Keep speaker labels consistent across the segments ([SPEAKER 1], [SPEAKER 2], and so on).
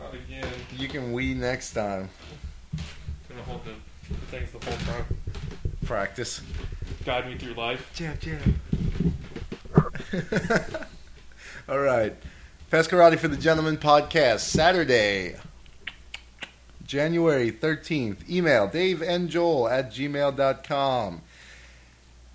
[SPEAKER 1] up again.
[SPEAKER 2] You can weed next time.
[SPEAKER 1] Gonna hold the, the things the whole time.
[SPEAKER 2] Practice.
[SPEAKER 1] Guide me through life.
[SPEAKER 2] Jab, jab. All right. Fast Karate for the Gentleman podcast, Saturday, January 13th. Email Dave and Joel at gmail.com.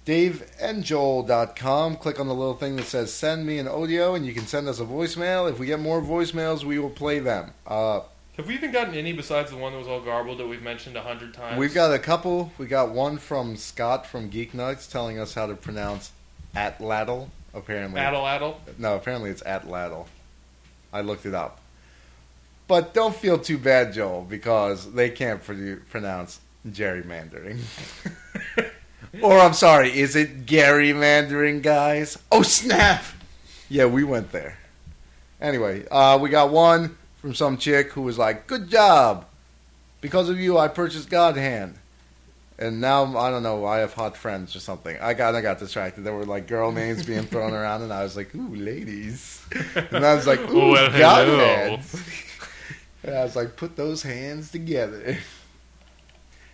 [SPEAKER 2] DaveandJoel.com. Click on the little thing that says send me an audio, and you can send us a voicemail. If we get more voicemails, we will play them. Uh,
[SPEAKER 1] Have we even gotten any besides the one that was all garbled that we've mentioned a hundred times?
[SPEAKER 2] We've got a couple. We got one from Scott from Geek Nuts telling us how to pronounce Atlatl. Apparently,
[SPEAKER 1] Addle Addle.
[SPEAKER 2] no, apparently it's Atlatl. I looked it up. But don't feel too bad, Joel, because they can't produ- pronounce gerrymandering. or I'm sorry, is it gerrymandering, guys? Oh snap! Yeah, we went there. Anyway, uh, we got one from some chick who was like, "Good job! Because of you, I purchased God Hand." And now I don't know. I have hot friends or something. I got I got distracted. There were like girl names being thrown around, and I was like, "Ooh, ladies!" And I was like, "Ooh,
[SPEAKER 1] Well,
[SPEAKER 2] God
[SPEAKER 1] hello."
[SPEAKER 2] hands." And I was like, "Put those hands together."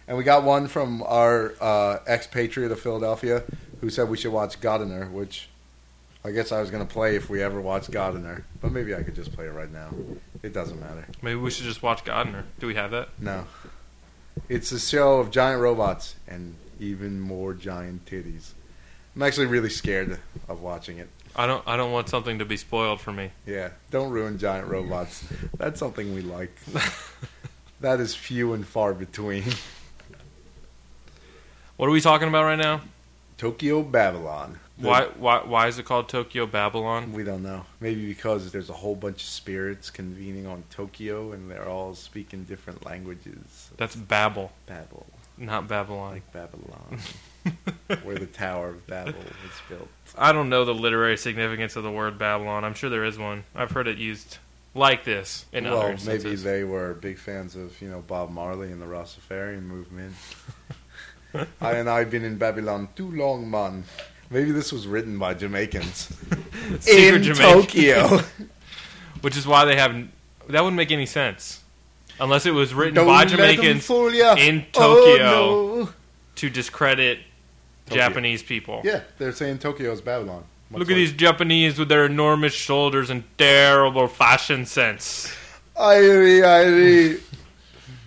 [SPEAKER 2] And we got one from our uh, expatriate of Philadelphia who said we should watch Godiner, which I guess I was going to play if we ever watched Godiner. But maybe I could just play it right now. It doesn't matter.
[SPEAKER 1] Maybe we should just watch Godner. Do we have that?
[SPEAKER 2] No. It's a show of giant robots and even more giant titties. I'm actually really scared of watching it.
[SPEAKER 1] I don't. I don't want something to be spoiled for me.
[SPEAKER 2] Yeah, don't ruin giant robots. That's something we like. that is few and far between.
[SPEAKER 1] What are we talking about right now?
[SPEAKER 2] Tokyo Babylon. The-
[SPEAKER 1] Why? Why? Why is it called Tokyo Babylon?
[SPEAKER 2] We don't know. Maybe because there's a whole bunch of spirits convening on Tokyo and they're all speaking different languages.
[SPEAKER 1] That's Babel,
[SPEAKER 2] Babel,
[SPEAKER 1] not Babylon.
[SPEAKER 2] like Babylon, where the Tower of Babel was built.
[SPEAKER 1] I don't know the literary significance of the word Babylon. I'm sure there is one. I've heard it used like this in
[SPEAKER 2] well,
[SPEAKER 1] other
[SPEAKER 2] maybe
[SPEAKER 1] instances.
[SPEAKER 2] they were big fans of you know Bob Marley and the Rastafarian movement. I and I've been in Babylon too long, man. Maybe this was written by Jamaicans
[SPEAKER 1] Secret
[SPEAKER 2] in
[SPEAKER 1] Jamaican.
[SPEAKER 2] Tokyo.
[SPEAKER 1] which is why they have. n- That wouldn't make any sense unless it was written
[SPEAKER 2] Don't
[SPEAKER 1] by
[SPEAKER 2] let 'em
[SPEAKER 1] Jamaicans
[SPEAKER 2] fool ya.
[SPEAKER 1] in
[SPEAKER 2] Oh,
[SPEAKER 1] Tokyo.
[SPEAKER 2] no.
[SPEAKER 1] to discredit
[SPEAKER 2] Tokyo.
[SPEAKER 1] Japanese people.
[SPEAKER 2] Yeah, they're saying Tokyo is Babylon. Much
[SPEAKER 1] Look
[SPEAKER 2] like-
[SPEAKER 1] at these Japanese with their enormous shoulders and terrible fashion sense.
[SPEAKER 2] Irie, Irie.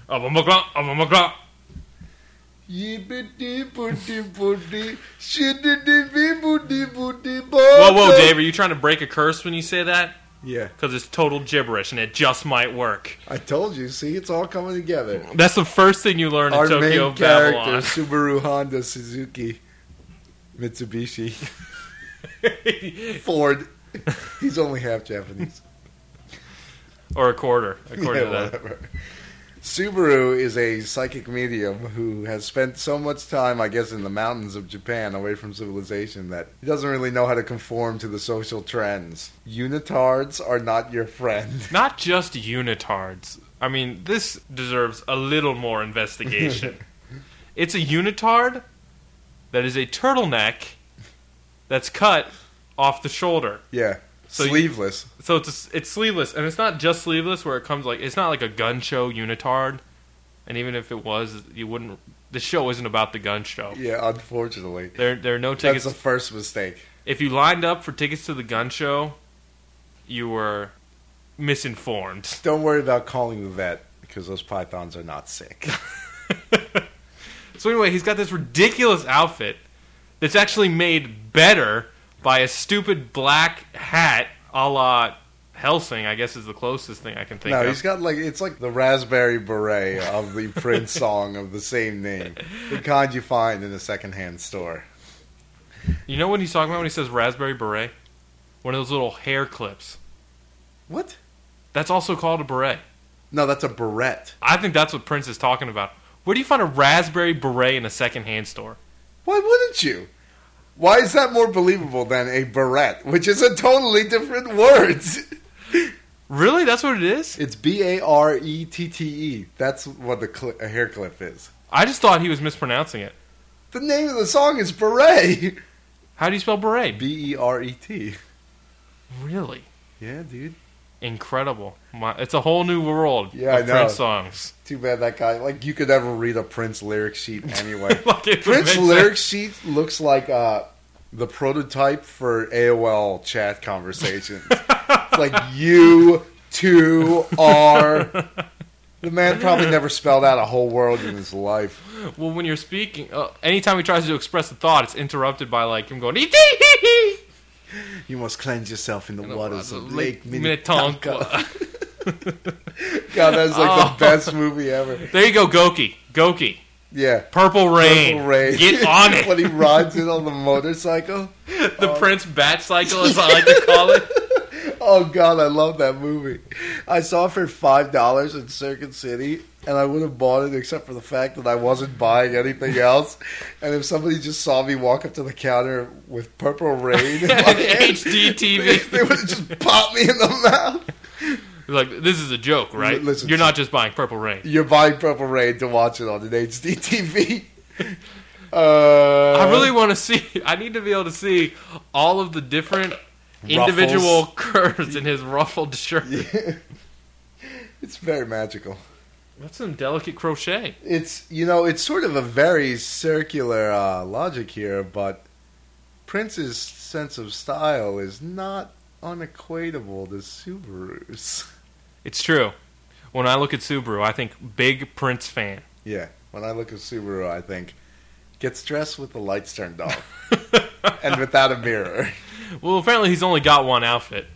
[SPEAKER 1] Abamagra, abamagra.
[SPEAKER 2] Yibbity booty booty. Shittity bee booty booty
[SPEAKER 1] Whoa, whoa, Dave, are you trying to break a curse when you say that?
[SPEAKER 2] Yeah,
[SPEAKER 1] Because it's total gibberish and it just might work.
[SPEAKER 2] I told you. See, it's all coming together.
[SPEAKER 1] That's the first thing you learn in
[SPEAKER 2] Our
[SPEAKER 1] Tokyo
[SPEAKER 2] main character,
[SPEAKER 1] Babylon.
[SPEAKER 2] Subaru Honda Suzuki Mitsubishi Ford. He's only half Japanese.
[SPEAKER 1] or a quarter, according
[SPEAKER 2] Yeah,
[SPEAKER 1] to that.
[SPEAKER 2] whatever. Subaru is a psychic medium who has spent so much time, I guess, in the mountains of Japan, away from civilization, that he doesn't really know how to conform to the social trends. Unitards are not your friend.
[SPEAKER 1] Not just unitards. I mean, this deserves a little more investigation. it's a unitard that is a turtleneck that's cut off the shoulder.
[SPEAKER 2] Yeah,
[SPEAKER 1] So you-
[SPEAKER 2] sleeveless.
[SPEAKER 1] So it's a, it's sleeveless, and it's not just sleeveless where it comes like it's not like a gun show unitard. And even if it was, you wouldn't. The show isn't about the gun show.
[SPEAKER 2] yeah, unfortunately,
[SPEAKER 1] There there are no
[SPEAKER 2] that's
[SPEAKER 1] tickets.
[SPEAKER 2] the first mistake.
[SPEAKER 1] if you lined up for tickets to the gun show, you were misinformed.
[SPEAKER 2] Don't worry about calling the vet because those pythons are not sick.
[SPEAKER 1] So anyway, he's got this ridiculous outfit that's actually made better by a stupid black hat, a la Helsing. I guess is the closest thing I can think
[SPEAKER 2] no,
[SPEAKER 1] of.
[SPEAKER 2] he's got like it's like the raspberry beret of the Prince song of the same name, the kind you find in a secondhand store.
[SPEAKER 1] You know what he's talking about when he says raspberry beret? One of those little hair clips.
[SPEAKER 2] What?
[SPEAKER 1] That's also called a beret.
[SPEAKER 2] No, that's a beret.
[SPEAKER 1] I think that's what Prince is talking about. Where do you find a raspberry beret in a secondhand store?
[SPEAKER 2] Why wouldn't you? Why is that more believable than a beret, which is a totally different word?
[SPEAKER 1] Really? That's what it is?
[SPEAKER 2] It's B A R E T T E. That's what the cli a hair clip is.
[SPEAKER 1] I just thought he was mispronouncing it.
[SPEAKER 2] The name of the song is beret.
[SPEAKER 1] How do you spell beret?
[SPEAKER 2] B E R E T.
[SPEAKER 1] Really?
[SPEAKER 2] Yeah, dude.
[SPEAKER 1] incredible. My, it's a whole new world
[SPEAKER 2] Yeah, I
[SPEAKER 1] of Prince
[SPEAKER 2] know.
[SPEAKER 1] songs.
[SPEAKER 2] Too bad that guy. Like you could ever read a Prince lyric sheet anyway.
[SPEAKER 1] Like, it would make
[SPEAKER 2] Prince
[SPEAKER 1] sense.
[SPEAKER 2] lyric sheet looks like uh, the prototype for AOL chat conversations. it's like you two are. The man probably never spelled out a whole world in his life.
[SPEAKER 1] Well, when you're speaking, uh, anytime he tries to express a thought, it's interrupted by like him going "Ee, tee, hee, hee."
[SPEAKER 2] You must cleanse yourself in the waters of Lake Minnetonka.
[SPEAKER 1] Minnetonka.
[SPEAKER 2] God, that's like
[SPEAKER 1] Oh.
[SPEAKER 2] the best movie ever.
[SPEAKER 1] There you go, Goki. Goki.
[SPEAKER 2] Yeah.
[SPEAKER 1] Purple rain.
[SPEAKER 2] Purple Rain.
[SPEAKER 1] Get on it.
[SPEAKER 2] when he rides it on the motorcycle.
[SPEAKER 1] the Prince Bat Cycle, as I like to call it.
[SPEAKER 2] Oh God, I love that movie. I saw it for five dollars in Circuit City, and I would have bought it except for the fact that I wasn't buying anything else. And if somebody just saw me walk up to the counter with Purple Rain in my hand,
[SPEAKER 1] HD
[SPEAKER 2] they,
[SPEAKER 1] TV.
[SPEAKER 2] they would have just popped me in the mouth.
[SPEAKER 1] Like this is a joke, right?
[SPEAKER 2] Listen-
[SPEAKER 1] You're not just buying Purple Rain.
[SPEAKER 2] You're buying Purple Rain to watch it on an HD TV. Uh,
[SPEAKER 1] I really want to see. I need to be able to see all of the different individual curves in his ruffled shirt.
[SPEAKER 2] Uh, it's very magical.
[SPEAKER 1] That's some delicate crochet.
[SPEAKER 2] it's you know it's sort of a very circular uh, logic here, but Prince's sense of style is not unequatable to Subaru's.
[SPEAKER 1] It's true. When I look at Subaru, I think big Prince fan.
[SPEAKER 2] Yeah, when I look at Subaru, I think gets dressed with the lights turned off and without a mirror.
[SPEAKER 1] Well, apparently he's only got one outfit.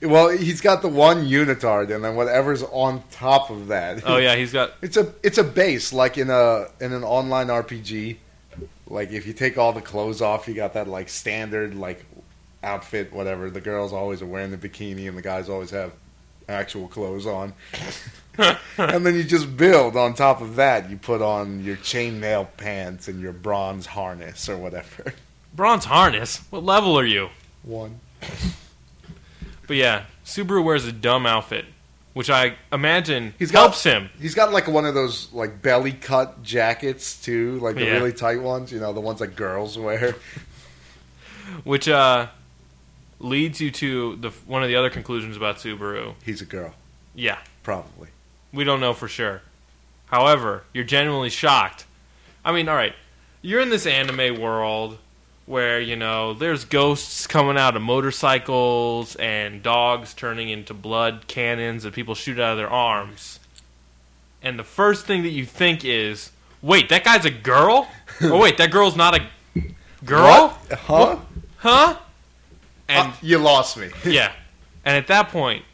[SPEAKER 2] Well, he's got the one unitard, and then whatever's on top of that.
[SPEAKER 1] Oh yeah, he's got.
[SPEAKER 2] It's a it's a base like in a in an online RPG. Like if you take all the clothes off, you got that like standard like outfit, whatever. The girls always are wearing the bikini, and the guys always have actual clothes on. and then you just build on top of that. You put on your chainmail pants and your bronze harness or whatever.
[SPEAKER 1] Bronze harness? What level are you?
[SPEAKER 2] One.
[SPEAKER 1] But yeah, Subaru wears a dumb outfit, which I imagine
[SPEAKER 2] He's got-
[SPEAKER 1] helps him.
[SPEAKER 2] He's got like one of those like belly cut jackets too, like the
[SPEAKER 1] Yeah.
[SPEAKER 2] really tight ones. You know, the ones that girls wear.
[SPEAKER 1] Which uh, leads you to the one of the other conclusions about Subaru.
[SPEAKER 2] He's a girl,
[SPEAKER 1] Yeah,
[SPEAKER 2] probably.
[SPEAKER 1] we don't know for sure. However, you're genuinely shocked. I mean, all right, you're in this anime world where you know there's ghosts coming out of motorcycles and dogs turning into blood cannons that people shoot out of their arms. And the first thing that you think is, "Wait, that guy's a girl? oh wait, that girl's not a girl,
[SPEAKER 2] What? Huh?
[SPEAKER 1] huh?" And
[SPEAKER 2] Uh, you lost me.
[SPEAKER 1] yeah. And at that point,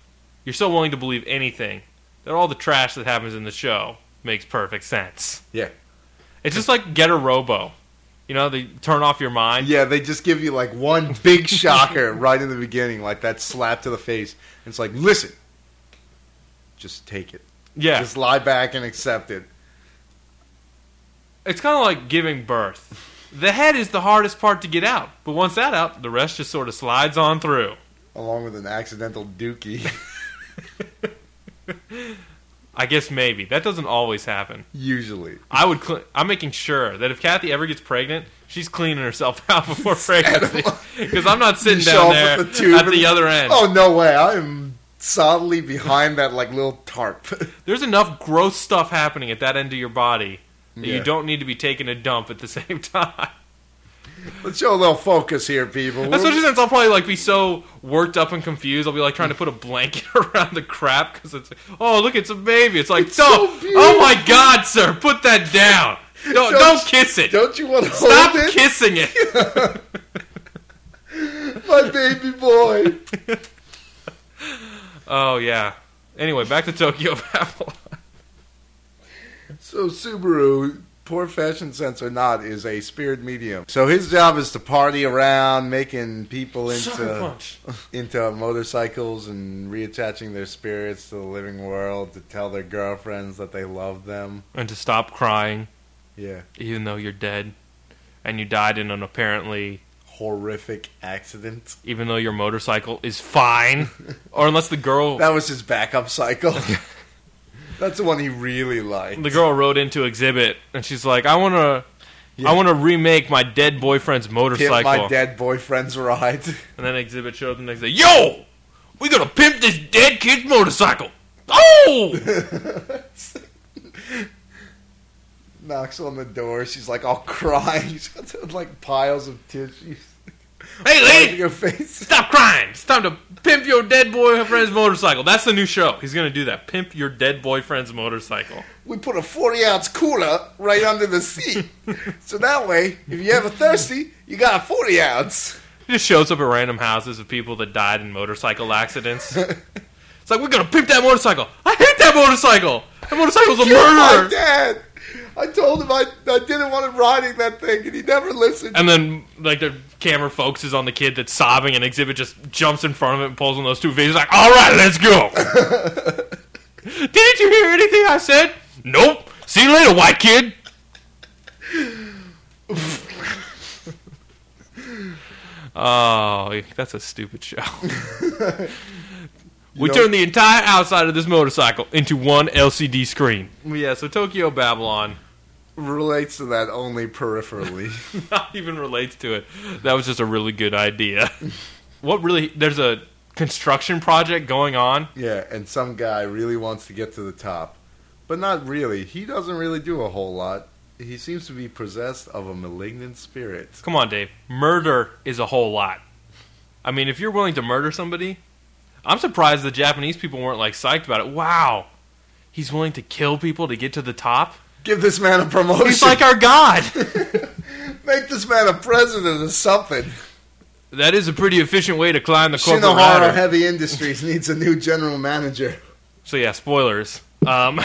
[SPEAKER 1] you're so willing to believe anything that all the trash that happens in the show makes perfect sense.
[SPEAKER 2] Yeah.
[SPEAKER 1] It's just like Get a Robo. You know, they turn off your mind.
[SPEAKER 2] Yeah, they just give you like one big shocker right in the beginning, like that slap to the face. It's like, listen, just take it.
[SPEAKER 1] Yeah.
[SPEAKER 2] Just lie back and accept it.
[SPEAKER 1] It's kind of like giving birth. The head is the hardest part to get out, but once that out, the rest just sort of slides on through.
[SPEAKER 2] Along with an accidental dookie,
[SPEAKER 1] I guess maybe. That doesn't always happen.
[SPEAKER 2] usually.
[SPEAKER 1] I would cle I'm making sure that if Kathy ever gets pregnant, she's cleaning herself out before pregnancy. Because I'm not sitting
[SPEAKER 2] You show
[SPEAKER 1] down
[SPEAKER 2] up
[SPEAKER 1] there
[SPEAKER 2] with the tube
[SPEAKER 1] at
[SPEAKER 2] and-
[SPEAKER 1] the other end.
[SPEAKER 2] Oh no way! I'm solidly behind that like little tarp.
[SPEAKER 1] there's enough gross stuff happening at that end of your body that
[SPEAKER 2] Yeah.
[SPEAKER 1] you don't need to be taking a dump at the same time.
[SPEAKER 2] Let's show a little focus here, people.
[SPEAKER 1] That's what she says. I'll probably like be so worked up and confused. I'll be like trying to put a blanket around the crap because it's like, oh look, it's a baby. It's like,
[SPEAKER 2] It's
[SPEAKER 1] "Don't-
[SPEAKER 2] so beautiful."
[SPEAKER 1] oh my god, sir, put that down. Don't
[SPEAKER 2] Don't-
[SPEAKER 1] don't, kiss it.
[SPEAKER 2] Don't you want to
[SPEAKER 1] Stop
[SPEAKER 2] hold it,
[SPEAKER 1] kissing it.
[SPEAKER 2] my baby boy?
[SPEAKER 1] oh yeah. Anyway, back to Tokyo Babylon.
[SPEAKER 2] So Subaru, poor fashion sense or not, is a spirit medium. So his job is to party around, making people
[SPEAKER 1] Sucker
[SPEAKER 2] into
[SPEAKER 1] punch.
[SPEAKER 2] into motorcycles and reattaching their spirits to the living world to tell their girlfriends that they love them.
[SPEAKER 1] And to stop crying,
[SPEAKER 2] Yeah,
[SPEAKER 1] even though you're dead, and you died in an apparently
[SPEAKER 2] horrific accident.
[SPEAKER 1] even though your motorcycle is fine, or unless the girl
[SPEAKER 2] That was his backup cycle. That's the one he really liked.
[SPEAKER 1] the girl rode into exhibit and she's like, I want to.
[SPEAKER 2] Yeah.
[SPEAKER 1] I want to remake my dead boyfriend's
[SPEAKER 2] Hit
[SPEAKER 1] motorcycle.
[SPEAKER 2] my dead boyfriend's ride.
[SPEAKER 1] and then Exhibit showed up the next day. Yo, We're gonna pimp this dead kid's motorcycle. Oh!
[SPEAKER 2] Knocks on the door. She's like all crying. She's got like piles of tissues.
[SPEAKER 1] hey,
[SPEAKER 2] Wiping
[SPEAKER 1] lady,
[SPEAKER 2] her face.
[SPEAKER 1] stop crying. It's time to pimp your dead boyfriend's motorcycle. That's the new show. He's gonna do that. Pimp your dead boyfriend's motorcycle.
[SPEAKER 2] We put a 40 ounce cooler right under the seat. so that way, if you ever thirsty, you got a 40 ounce.
[SPEAKER 1] He just shows up at random houses of people that died in motorcycle accidents. it's like we're gonna pimp that motorcycle. I hate that motorcycle. That motorcycle's a
[SPEAKER 2] My
[SPEAKER 1] murderer.
[SPEAKER 2] dad. I told him I, I didn't want him riding that thing, and he never listened.
[SPEAKER 1] And then, like, the camera focuses on the kid that's sobbing, and Exhibit just jumps in front of it and pulls on those two videos, like, all right, let's go. Didn't you hear anything I said? Nope. See you later, white kid. oh, that's a stupid show. we
[SPEAKER 2] know-
[SPEAKER 1] turned the entire outside of this motorcycle into one LCD screen. Yeah, so Tokyo Babylon.
[SPEAKER 2] Relates to that only peripherally.
[SPEAKER 1] not even relates to it. That was just a really good idea. what really? There's a construction project going on.
[SPEAKER 2] yeah, and some guy really wants to get to the top, but not really. He doesn't really do a whole lot. He seems to be possessed of a malignant spirit.
[SPEAKER 1] Come on, Dave. Murder is a whole lot. I mean, if you're willing to murder somebody, I'm surprised the Japanese people weren't like psyched about it. Wow, he's willing to kill people to get to the top.
[SPEAKER 2] Give this man a promotion.
[SPEAKER 1] He's like our god.
[SPEAKER 2] Make this man a president or something.
[SPEAKER 1] that is a pretty efficient way to climb the corporate
[SPEAKER 2] Shinohara
[SPEAKER 1] ladder.
[SPEAKER 2] Heavy Industries needs a new general manager.
[SPEAKER 1] So yeah, spoilers. Um,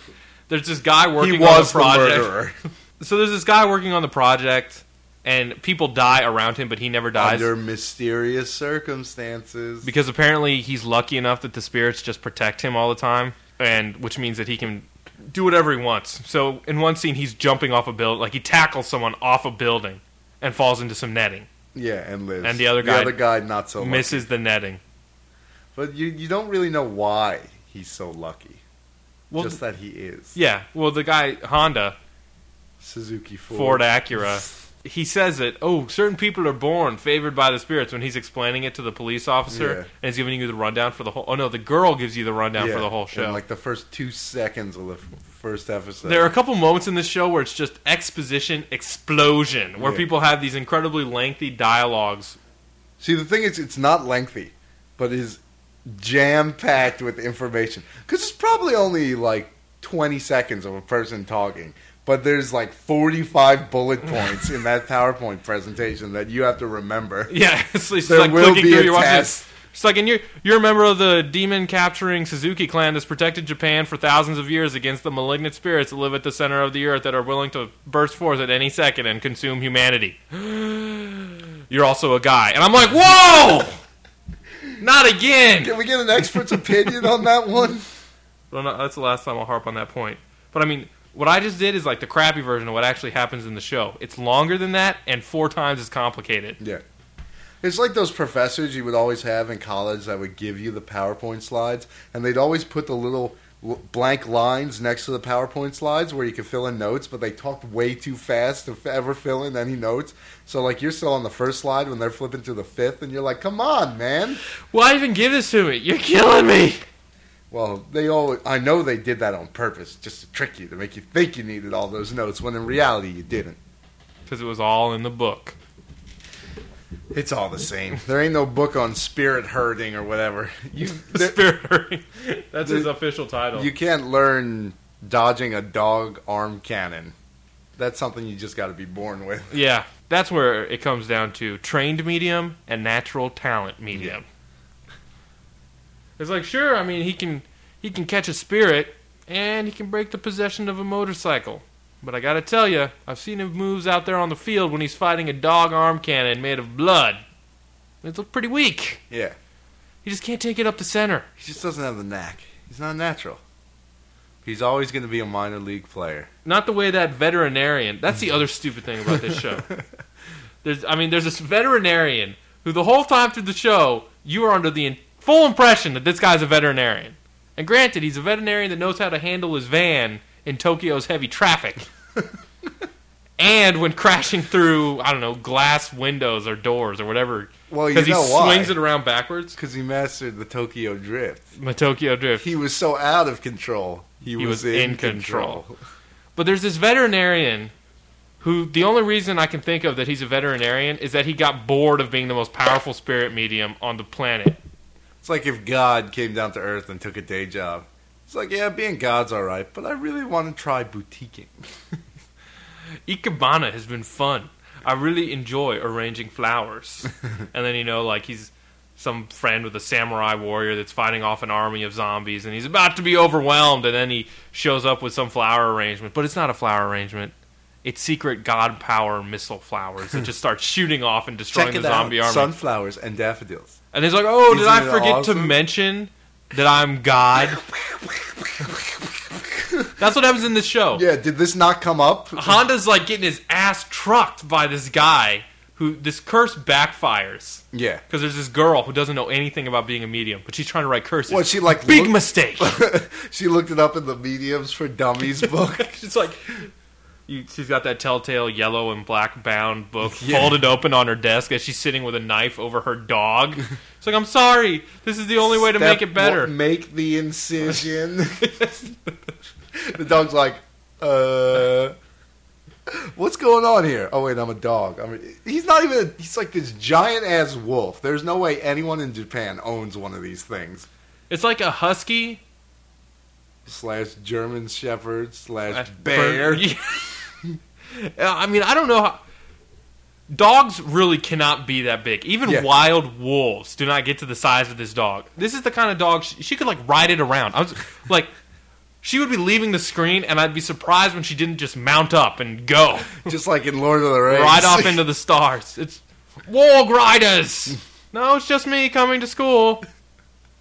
[SPEAKER 1] there's this guy working
[SPEAKER 2] He was
[SPEAKER 1] on
[SPEAKER 2] the
[SPEAKER 1] the project.
[SPEAKER 2] murderer.
[SPEAKER 1] so there's this guy working on the project and people die around him but he never dies
[SPEAKER 2] Under mysterious circumstances.
[SPEAKER 1] because apparently he's lucky enough that the spirits just protect him all the time and which means that he can do whatever he wants so in one scene he's jumping off a building like he tackles someone off a building and falls into some netting
[SPEAKER 2] Yeah, and lives.
[SPEAKER 1] And the other guy
[SPEAKER 2] the other guy, not so much.
[SPEAKER 1] misses the netting
[SPEAKER 2] But you, you don't really know why he's so lucky.
[SPEAKER 1] well
[SPEAKER 2] Just that he is.
[SPEAKER 1] yeah well the guy honda
[SPEAKER 2] Suzuki Ford.
[SPEAKER 1] Ford Acura. He says it. Oh, certain people are born favored by the spirits. When he's explaining it to the police officer,
[SPEAKER 2] Yeah.
[SPEAKER 1] and he's giving you the rundown for the whole. Oh no, the girl gives you the rundown
[SPEAKER 2] Yeah,
[SPEAKER 1] for the whole show.
[SPEAKER 2] In like the first two seconds of the f- first episode.
[SPEAKER 1] there are a couple moments in this show where it's just exposition explosion, where
[SPEAKER 2] Yeah.
[SPEAKER 1] people have these incredibly lengthy dialogues.
[SPEAKER 2] See, the thing is, it's not lengthy, but is jam packed with information. Because it's probably only like 20 seconds of a person talking, but there's like 45 bullet points in that PowerPoint presentation that you have to remember.
[SPEAKER 1] Yeah, it's, it's
[SPEAKER 2] There
[SPEAKER 1] like
[SPEAKER 2] will
[SPEAKER 1] clicking
[SPEAKER 2] be
[SPEAKER 1] through
[SPEAKER 2] a
[SPEAKER 1] your
[SPEAKER 2] test.
[SPEAKER 1] watches. It's like, and you're you're a member of the demon capturing Suzuki clan that's protected Japan for thousands of years against the malignant spirits that live at the center of the earth that are willing to burst forth at any second and consume humanity. You're also a guy, and I'm like, whoa, not again.
[SPEAKER 2] Can we get an expert's opinion on that one?
[SPEAKER 1] Well, no, that's the last time I'll harp on that point. But I mean, what I just did is like the crappy version of what actually happens in the show. It's longer than that, and four times as complicated.
[SPEAKER 2] Yeah. It's like those professors you would always have in college that would give you the PowerPoint slides, and they'd always put the little l- blank lines next to the PowerPoint slides where you could fill in notes, but they talked way too fast to f- ever fill in any notes. So, like, you're still on the first slide when they're flipping to the fifth, and you're like, come on, man.
[SPEAKER 1] Why even give this to me? You're killing me.
[SPEAKER 2] Well, they all, I know they did that on purpose, just to trick you, to make you think you needed all those notes, when in reality you didn't.
[SPEAKER 1] because it was all in the book.
[SPEAKER 2] It's all the same. There ain't no book on spirit herding or whatever. You, there-
[SPEAKER 1] Spirit hurting. That's his
[SPEAKER 2] The-
[SPEAKER 1] official title.
[SPEAKER 2] You can't learn dodging a dog arm cannon. That's something you just got to be born with.
[SPEAKER 1] yeah, that's where it comes down to trained medium and natural talent medium. It's like sure, I mean he can he can catch a spirit and he can break the possession of a motorcycle. But I gotta tell you, I've seen him moves out there on the field when he's fighting a dog arm cannon made of blood. It looked pretty weak.
[SPEAKER 2] Yeah.
[SPEAKER 1] He just can't take it up the center.
[SPEAKER 2] He just doesn't have the knack. He's not natural. He's always going to be a minor league player.
[SPEAKER 1] not the way that veterinarian. That's the other stupid thing about this show. There's, I mean, there's this veterinarian who the whole time through the show you are under the in- full impression that this guy's a veterinarian. And granted, he's a veterinarian that knows how to handle his van in Tokyo's heavy traffic. and when crashing through, I don't know, glass windows or doors or whatever,
[SPEAKER 2] Well, you
[SPEAKER 1] because he
[SPEAKER 2] know why?
[SPEAKER 1] swings it around backwards.
[SPEAKER 2] Because he mastered the Tokyo Drift.
[SPEAKER 1] My Tokyo Drift.
[SPEAKER 2] He was so out of control. He,
[SPEAKER 1] was in But there's this veterinarian who the only reason I can think of that he's a veterinarian is that he got bored of being the most powerful spirit medium on the planet.
[SPEAKER 2] It's like if God came down to earth and took a day job. It's like, yeah, being God's all right, but I really want to try boutiquing.
[SPEAKER 1] Ikebana has been fun. I really enjoy arranging flowers. and then you know, like he's some friend with a samurai warrior that's fighting off an army of zombies and he's about to be overwhelmed and then he shows up with some flower arrangement, but it's not a flower arrangement. It's secret god power missile flowers that just start shooting off and destroying
[SPEAKER 2] Check
[SPEAKER 1] the
[SPEAKER 2] it
[SPEAKER 1] zombie
[SPEAKER 2] out.
[SPEAKER 1] army.
[SPEAKER 2] Sunflowers and daffodils.
[SPEAKER 1] And he's like, "Oh, did
[SPEAKER 2] Isn't
[SPEAKER 1] I
[SPEAKER 2] it
[SPEAKER 1] forget to
[SPEAKER 2] awesome?"
[SPEAKER 1] mention that I'm God?" That's what happens in this show.
[SPEAKER 2] Yeah, did this not come up?
[SPEAKER 1] Honda's like getting his ass trucked by this guy who this curse backfires
[SPEAKER 2] Yeah.
[SPEAKER 1] because there's this girl who doesn't know anything about being a medium, but she's trying to write curses.
[SPEAKER 2] What, she like
[SPEAKER 1] big
[SPEAKER 2] looked-
[SPEAKER 1] mistake.
[SPEAKER 2] she looked it up in the Mediums for Dummies book.
[SPEAKER 1] she's like, you, she's got that telltale yellow and black bound book
[SPEAKER 2] Yeah.
[SPEAKER 1] folded open on her desk as she's sitting with a knife over her dog. She's like, "I'm sorry. This is the only way to
[SPEAKER 2] Step
[SPEAKER 1] make it better."
[SPEAKER 2] one- make the incision. the dog's like, uh, what's going on here? Oh wait, I'm a dog. I mean, he's not even. A, he's like this giant ass wolf. There's no way anyone in Japan owns one of these things.
[SPEAKER 1] It's like a husky
[SPEAKER 2] Slash German Shepherd slash
[SPEAKER 1] slash
[SPEAKER 2] bear.
[SPEAKER 1] bird. Yeah. I mean, I don't know. How... Dogs really cannot be that big. Even
[SPEAKER 2] Yeah.
[SPEAKER 1] wild wolves do not get to the size of this dog. This is the kind of dog she, she could like ride it around. I was like, she would be leaving the screen, and I'd be surprised when she didn't just mount up and go
[SPEAKER 2] Just like in Lord of the Rings.
[SPEAKER 1] right off into the stars. It's Wog Riders. No, it's just me coming to school.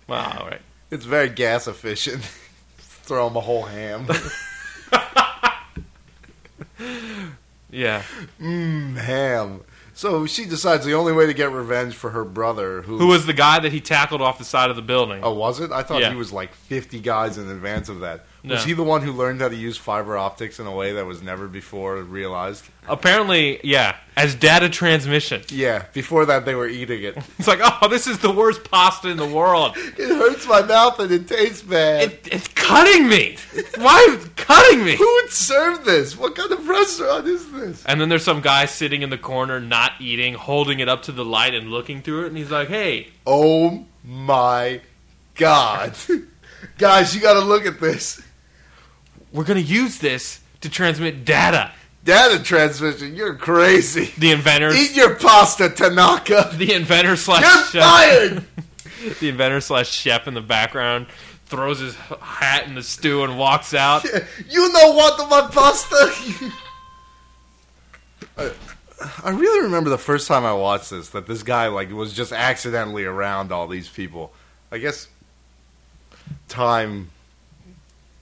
[SPEAKER 1] Wow, all right.
[SPEAKER 2] It's very gas efficient. Throw him a whole ham.
[SPEAKER 1] Yeah.
[SPEAKER 2] Mmm, ham. So she decides the only way to get revenge for her brother,
[SPEAKER 1] Who was the guy that he tackled off the side of the building?
[SPEAKER 2] Oh, was it? I thought
[SPEAKER 1] Yeah.
[SPEAKER 2] he was like 50 guys in advance of that. Was
[SPEAKER 1] No.
[SPEAKER 2] he the one who learned how to use fiber optics in a way that was never before realized?
[SPEAKER 1] Apparently, yeah, as data transmission.
[SPEAKER 2] Yeah, before that they were eating it.
[SPEAKER 1] It's like, oh, this is the worst pasta in the world.
[SPEAKER 2] it hurts my mouth and it tastes bad.
[SPEAKER 1] It, it's cutting me. Why is it cutting me?
[SPEAKER 2] who would serve this? What kind of restaurant is this?
[SPEAKER 1] And then there's some guy sitting in the corner, not eating, holding it up to the light and looking through it, and he's like, hey,
[SPEAKER 2] Oh my god. Guys, you gotta look at this.
[SPEAKER 1] we're going to use this to transmit data.
[SPEAKER 2] Data transmission, you're crazy.
[SPEAKER 1] The inventor,
[SPEAKER 2] Eat your pasta, Tanaka.
[SPEAKER 1] the inventor slash
[SPEAKER 2] You're
[SPEAKER 1] chef,
[SPEAKER 2] fired!
[SPEAKER 1] the inventor slash chef in the background throws his hat in the stew and walks out.
[SPEAKER 2] You know what about pasta? I, I really remember the first time I watched this that this guy like was just accidentally around all these people. I guess time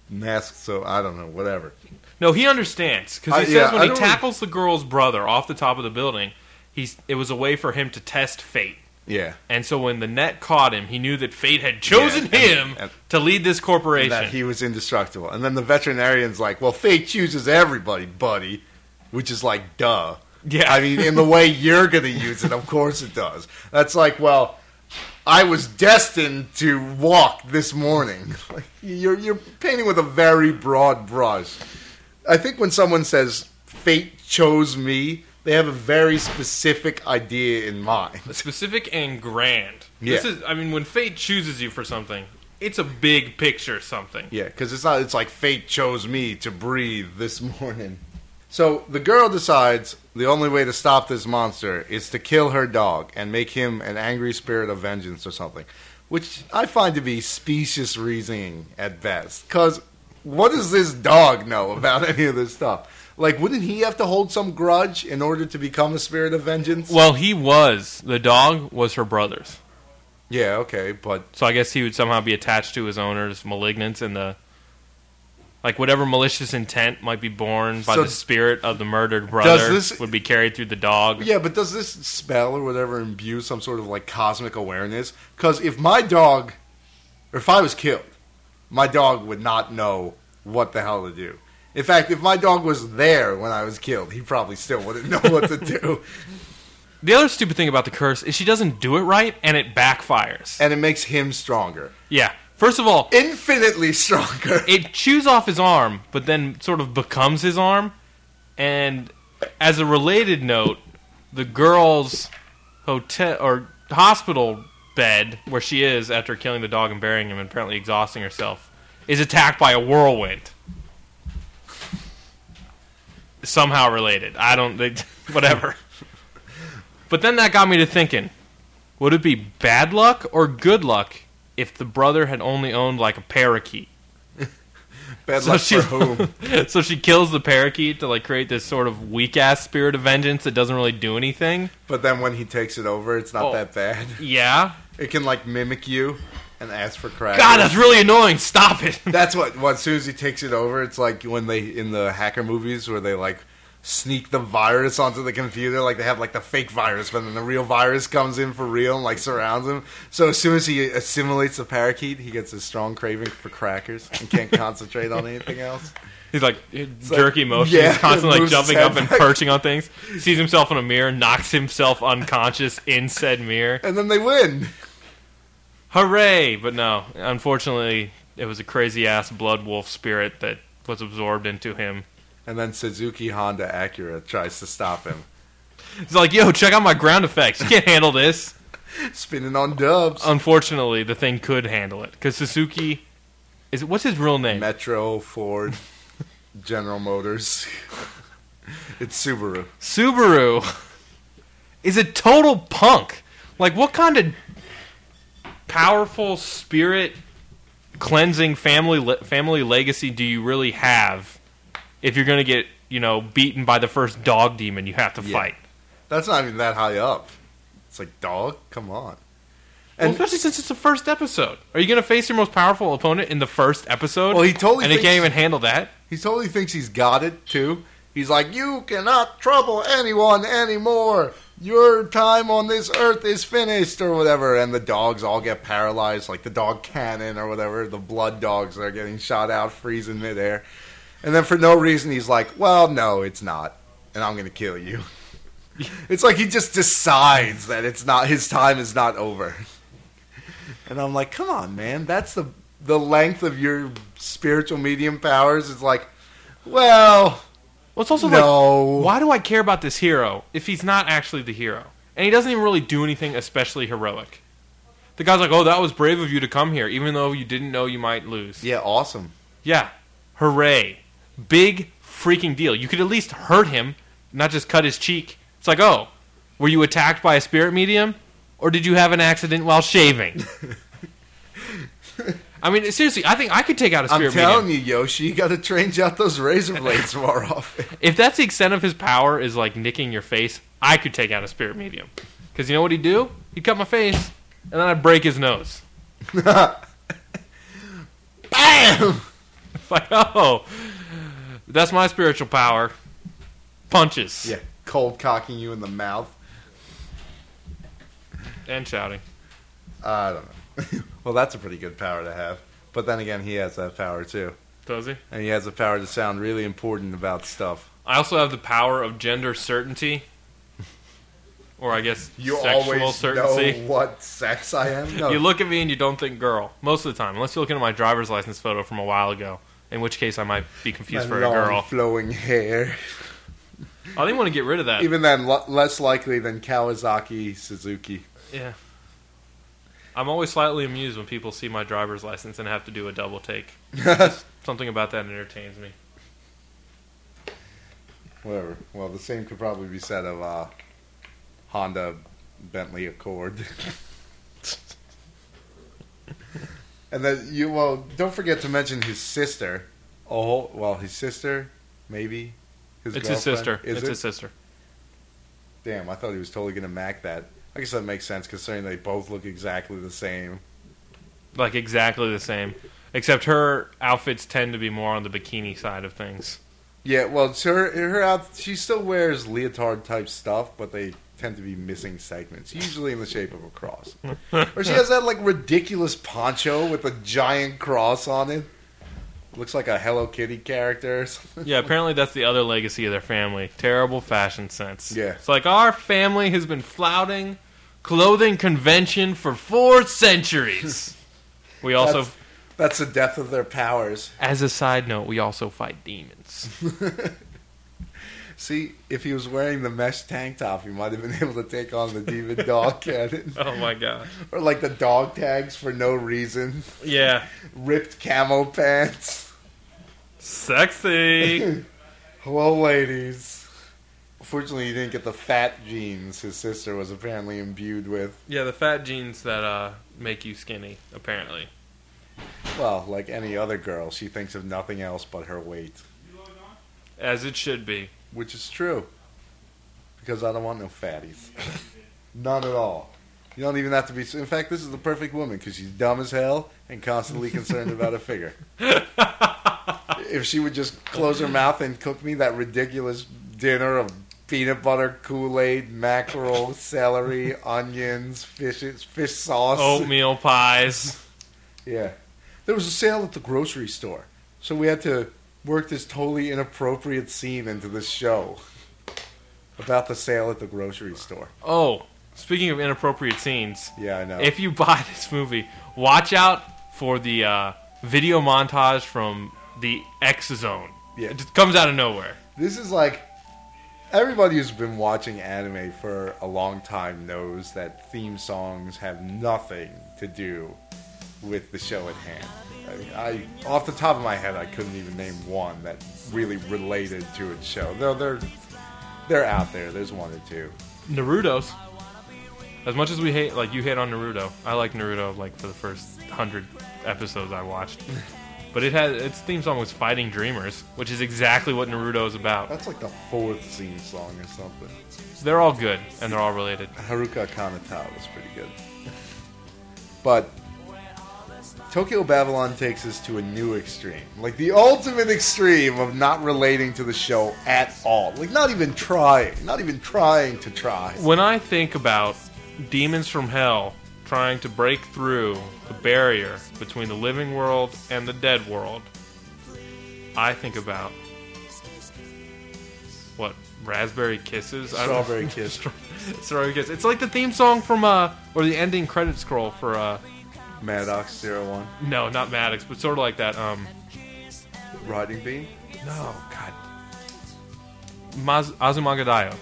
[SPEAKER 2] mask so I don't know whatever.
[SPEAKER 1] No, he understands because
[SPEAKER 2] I-
[SPEAKER 1] he says
[SPEAKER 2] yeah, I
[SPEAKER 1] when he
[SPEAKER 2] don't-
[SPEAKER 1] tackles the girl's brother off the top of the building, he's it was a way for him to test fate.
[SPEAKER 2] Yeah.
[SPEAKER 1] And so when the net caught him, he knew that fate had chosen
[SPEAKER 2] Yeah,
[SPEAKER 1] him
[SPEAKER 2] and- and-
[SPEAKER 1] to lead this corporation.
[SPEAKER 2] That he was indestructible. And then the veterinarian's like, "Well, fate chooses everybody, buddy." Which is like, duh.
[SPEAKER 1] Yeah.
[SPEAKER 2] I mean, in the way you're going to use it, of course it does. That's like, well, I was destined to walk this morning. Like, you're, you're painting with a very broad brush. I think when someone says, fate chose me, they have a very specific idea in mind.
[SPEAKER 1] Specific and grand. This
[SPEAKER 2] Yeah.
[SPEAKER 1] is I mean when fate chooses you for something, it's a big picture something.
[SPEAKER 2] Yeah, because it's not. It's like fate chose me to breathe this morning. So the girl decides the only way to stop this monster is to kill her dog and make him an angry spirit of vengeance or something, which I find to be specious reasoning at best. Because what does this dog know about any of this stuff? Like, wouldn't he have to hold some grudge in order to become a spirit of vengeance?
[SPEAKER 1] Well, he was. The dog was her brother's.
[SPEAKER 2] yeah, okay, but
[SPEAKER 1] So I guess he would somehow be attached to his owner's malignance and the like whatever malicious intent might be born by
[SPEAKER 2] So-
[SPEAKER 1] the spirit of the murdered brother
[SPEAKER 2] this-
[SPEAKER 1] would be carried through the dog.
[SPEAKER 2] Yeah, but does this spell or whatever imbue some sort of like cosmic awareness? Because if my dog, or if I was killed, my dog would not know what the hell to do. In fact, if my dog was there when I was killed, he probably still wouldn't know what to do.
[SPEAKER 1] The other stupid thing about the curse is she doesn't do it right and it backfires.
[SPEAKER 2] And it makes him stronger.
[SPEAKER 1] Yeah. First of all,
[SPEAKER 2] Infinitely stronger.
[SPEAKER 1] it chews off his arm, but then sort of becomes his arm. And as a related note, the girl's hotel or hospital bed where she is after killing the dog and burying him and apparently exhausting herself is attacked by a whirlwind. Somehow related. I don't they whatever. but then that got me to thinking, would it be bad luck or good luck if the brother had only owned like a parakeet?
[SPEAKER 2] Bad
[SPEAKER 1] So
[SPEAKER 2] luck
[SPEAKER 1] she,
[SPEAKER 2] for whom?
[SPEAKER 1] so she kills the parakeet to like create this sort of weak ass spirit of vengeance that doesn't really do anything.
[SPEAKER 2] But then when he takes it over, it's not
[SPEAKER 1] Oh.
[SPEAKER 2] that bad.
[SPEAKER 1] Yeah.
[SPEAKER 2] It can like mimic you and ask for crackers.
[SPEAKER 1] God, that's really annoying. Stop it.
[SPEAKER 2] That's what. Well, as soon as he takes it over, it's like when they in the hacker movies where they like sneak the virus onto the computer. Like they have like the fake virus, but then the real virus comes in for real and like surrounds him. So as soon as he assimilates the parakeet, he gets a strong craving for crackers and can't concentrate on anything else.
[SPEAKER 1] He's like jerky motions,
[SPEAKER 2] yeah,
[SPEAKER 1] constantly like
[SPEAKER 2] moves his
[SPEAKER 1] jumping
[SPEAKER 2] head
[SPEAKER 1] up and
[SPEAKER 2] back.
[SPEAKER 1] perching on things. Sees himself in a mirror, knocks himself unconscious in said mirror.
[SPEAKER 2] And then they win.
[SPEAKER 1] Hooray! But no, unfortunately, it was a crazy ass blood wolf spirit that was absorbed into him.
[SPEAKER 2] And then Suzuki Honda Acura tries to stop him,
[SPEAKER 1] He's like, "Yo, check out my ground effects. You can't handle this."
[SPEAKER 2] spinning on dubs.
[SPEAKER 1] Unfortunately, the thing could handle it because Suzuki is what's his real name?
[SPEAKER 2] Metro, Ford, General Motors. it's Subaru.
[SPEAKER 1] Subaru is a total punk. Like, what kind of powerful spirit cleansing family le- family legacy do you really have if you're going to get you know beaten by the first dog demon you have to
[SPEAKER 2] Yeah.
[SPEAKER 1] fight?
[SPEAKER 2] That's not even that high up. It's like, dog, come on.
[SPEAKER 1] Well,
[SPEAKER 2] And-
[SPEAKER 1] especially since it's the first episode. Are you going to face your most powerful opponent in the first episode?
[SPEAKER 2] Well, he totally
[SPEAKER 1] and he
[SPEAKER 2] thinks-
[SPEAKER 1] can't even handle that.
[SPEAKER 2] He totally thinks he's got it, too. He's like, you cannot trouble anyone anymore. Your time on this earth is finished, or whatever. And the dogs all get paralyzed, like the dog cannon, or whatever. The blood dogs are getting shot out, freezing midair. And then for no reason, he's like, well, no, it's not. And I'm going to kill you. it's like he just decides that it's not his time is not over. And I'm like, come on, man. That's the the length of your spiritual medium powers. It's like, well,
[SPEAKER 1] Well, it's also
[SPEAKER 2] No.
[SPEAKER 1] like, why do I care about this hero if he's not actually the hero? And he doesn't even really do anything especially heroic. The guy's like, oh, that was brave of you to come here, even though you didn't know you might lose.
[SPEAKER 2] yeah, awesome.
[SPEAKER 1] Yeah. Hooray. Big freaking deal. You could at least hurt him, not just cut his cheek. It's like, oh, were you attacked by a spirit medium? Or did you have an accident while shaving? I mean, seriously, I think I could take out a
[SPEAKER 2] I'm
[SPEAKER 1] spirit medium.
[SPEAKER 2] telling you, Yoshi, you got to change out those razor blades more often.
[SPEAKER 1] If that's the extent of his power is like nicking your face, I could take out a spirit medium. Because you know what he'd do? He'd cut my face, and then I'd break his nose.
[SPEAKER 2] Bam!
[SPEAKER 1] It's like, oh, that's my spiritual power. Punches
[SPEAKER 2] Yeah, cold cocking you in the mouth.
[SPEAKER 1] and shouting.
[SPEAKER 2] I don't know. well, that's a pretty good power to have. But then again, he has that power too,
[SPEAKER 1] Does he?
[SPEAKER 2] and he has the power to sound really important about stuff.
[SPEAKER 1] I also have the power of gender certainty. Or I guess
[SPEAKER 2] You
[SPEAKER 1] sexual
[SPEAKER 2] always
[SPEAKER 1] certainty.
[SPEAKER 2] know what sex I am. No,
[SPEAKER 1] You look at me and you don't think girl most of the time, unless you look into my driver's license photo from a while ago. In which case, I might be
[SPEAKER 2] my
[SPEAKER 1] confused for a
[SPEAKER 2] long
[SPEAKER 1] girl.
[SPEAKER 2] flowing hair.
[SPEAKER 1] I didn't want to get rid of that.
[SPEAKER 2] Even then, l- less likely than Kawasaki Suzuki.
[SPEAKER 1] Yeah. I'm always slightly amused when people see my driver's license and have to do a double take. Just something about that entertains me.
[SPEAKER 2] Whatever. Well, the same could probably be said of uh, Honda Bentley Accord. and then you well, don't forget to mention his sister. Oh, well, his sister, maybe. His
[SPEAKER 1] it's his
[SPEAKER 2] girlfriend?
[SPEAKER 1] sister.
[SPEAKER 2] Is
[SPEAKER 1] it's
[SPEAKER 2] it?
[SPEAKER 1] his sister.
[SPEAKER 2] Damn, I thought he was totally gonna mac that. I guess that makes sense considering they both look exactly the same.
[SPEAKER 1] Like exactly the same. Except her outfits tend to be more on the bikini side of things.
[SPEAKER 2] Yeah, well, so her her out she still wears leotard type stuff, but they tend to be missing segments, usually in the shape of a cross. or she has that like ridiculous poncho with a giant cross on it. Looks like a Hello Kitty character. Or something.
[SPEAKER 1] Yeah, apparently that's the other legacy of their family. Terrible fashion sense.
[SPEAKER 2] Yeah.
[SPEAKER 1] It's like our family has been flouting clothing convention for four centuries. We also,
[SPEAKER 2] That's- That's the depth of their powers.
[SPEAKER 1] as a side note, we also fight demons.
[SPEAKER 2] See, if he was wearing the mesh tank top, he might have been able to take on the demon dog cannon.
[SPEAKER 1] oh my god.
[SPEAKER 2] Or like the dog tags for no reason.
[SPEAKER 1] Yeah.
[SPEAKER 2] Ripped camel pants.
[SPEAKER 1] Sexy.
[SPEAKER 2] Hello, ladies. Fortunately, you didn't get the fat jeans his sister was apparently imbued with.
[SPEAKER 1] Yeah, the fat jeans that uh, make you skinny, apparently.
[SPEAKER 2] Well, like any other girl, she thinks of nothing else but her weight.
[SPEAKER 1] As it should be.
[SPEAKER 2] Which is true. Because I don't want no fatties. None at all. You don't even have to be. In fact, this is the perfect woman because she's dumb as hell and constantly concerned about her figure. if she would just close her mouth and cook me that ridiculous dinner of peanut butter, Kool Aid, mackerel, celery, onions, fish, fish sauce.
[SPEAKER 1] Oatmeal pies.
[SPEAKER 2] Yeah. There was a sale at the grocery store. So we had to work this totally inappropriate scene into this show about the sale at the grocery store.
[SPEAKER 1] Oh, speaking of inappropriate scenes,
[SPEAKER 2] Yeah, I know.
[SPEAKER 1] if you buy this movie, watch out for the uh, video montage from the X Zone.
[SPEAKER 2] Yeah.
[SPEAKER 1] It just comes out of nowhere.
[SPEAKER 2] this is like everybody who's been watching anime for a long time knows that theme songs have nothing to do with the show at hand. I, mean, I off the top of my head, I couldn't even name one that really related to its show. Though they're they're out there. There's one or two.
[SPEAKER 1] Naruto's. As much as we hate, like you hate on Naruto, I like Naruto. Like for the first hundred episodes I watched, but it had its theme song was "Fighting Dreamers," which is exactly what Naruto is about.
[SPEAKER 2] That's like the fourth theme song or something.
[SPEAKER 1] They're all good and they're all related.
[SPEAKER 2] Haruka Kanata was pretty good. But Tokyo Babylon takes us to a new extreme. Like the ultimate extreme of not relating to the show at all. Like not even trying. Not even trying to try.
[SPEAKER 1] When I think about demons from hell trying to break through the barrier between the living world and the dead world, I think about what raspberry kisses, I don't-
[SPEAKER 2] Strawberry Kiss.
[SPEAKER 1] Sorry, guys. It's like the theme song from uh, or the ending credit scroll for uh,
[SPEAKER 2] Maddox 01.
[SPEAKER 1] no, not Maddox, but sort of like that. Um,
[SPEAKER 2] Riding Bean.
[SPEAKER 1] no, God, Maz- Azumanga Daioh.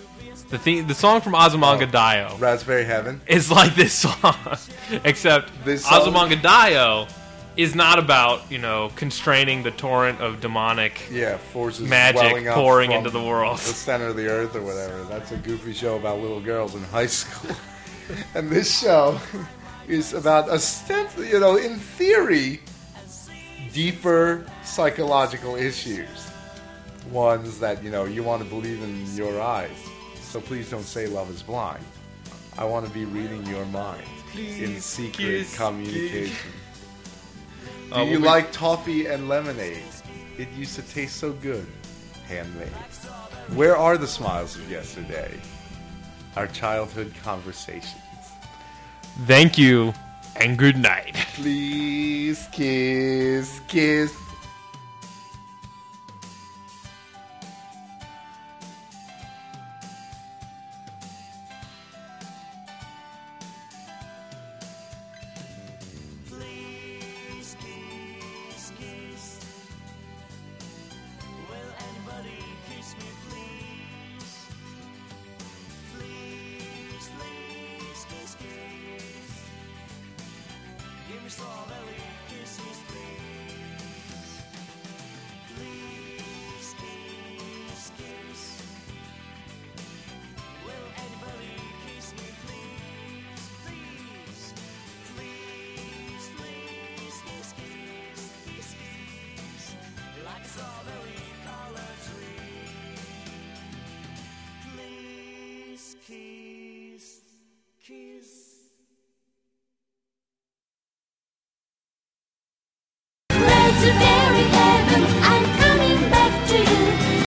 [SPEAKER 1] The theme, the song
[SPEAKER 2] Oh.
[SPEAKER 1] from Azumanga Daioh
[SPEAKER 2] Raspberry Heaven.
[SPEAKER 1] is like this song, except
[SPEAKER 2] This song-
[SPEAKER 1] Azumanga Daioh is not about you know constraining the torrent of demonic
[SPEAKER 2] Yeah, forces
[SPEAKER 1] Magic
[SPEAKER 2] welling up
[SPEAKER 1] pouring
[SPEAKER 2] from
[SPEAKER 1] into the world.
[SPEAKER 2] the center of the earth or whatever. That's a goofy show about little girls in high school, and this show is about ostensibly, you know, in theory, deeper psychological issues, ones that you know you want to believe in your eyes. So please don't say love is blind. I want to be reading your mind in
[SPEAKER 1] Please
[SPEAKER 2] secret
[SPEAKER 1] kiss,
[SPEAKER 2] communication. Do
[SPEAKER 1] Uh,
[SPEAKER 2] you
[SPEAKER 1] when we-
[SPEAKER 2] like toffee and lemonade? It used to taste so good, handmade. Where are the smiles of yesterday? Our childhood conversations.
[SPEAKER 1] Thank you, and good night.
[SPEAKER 2] Please kiss, kiss,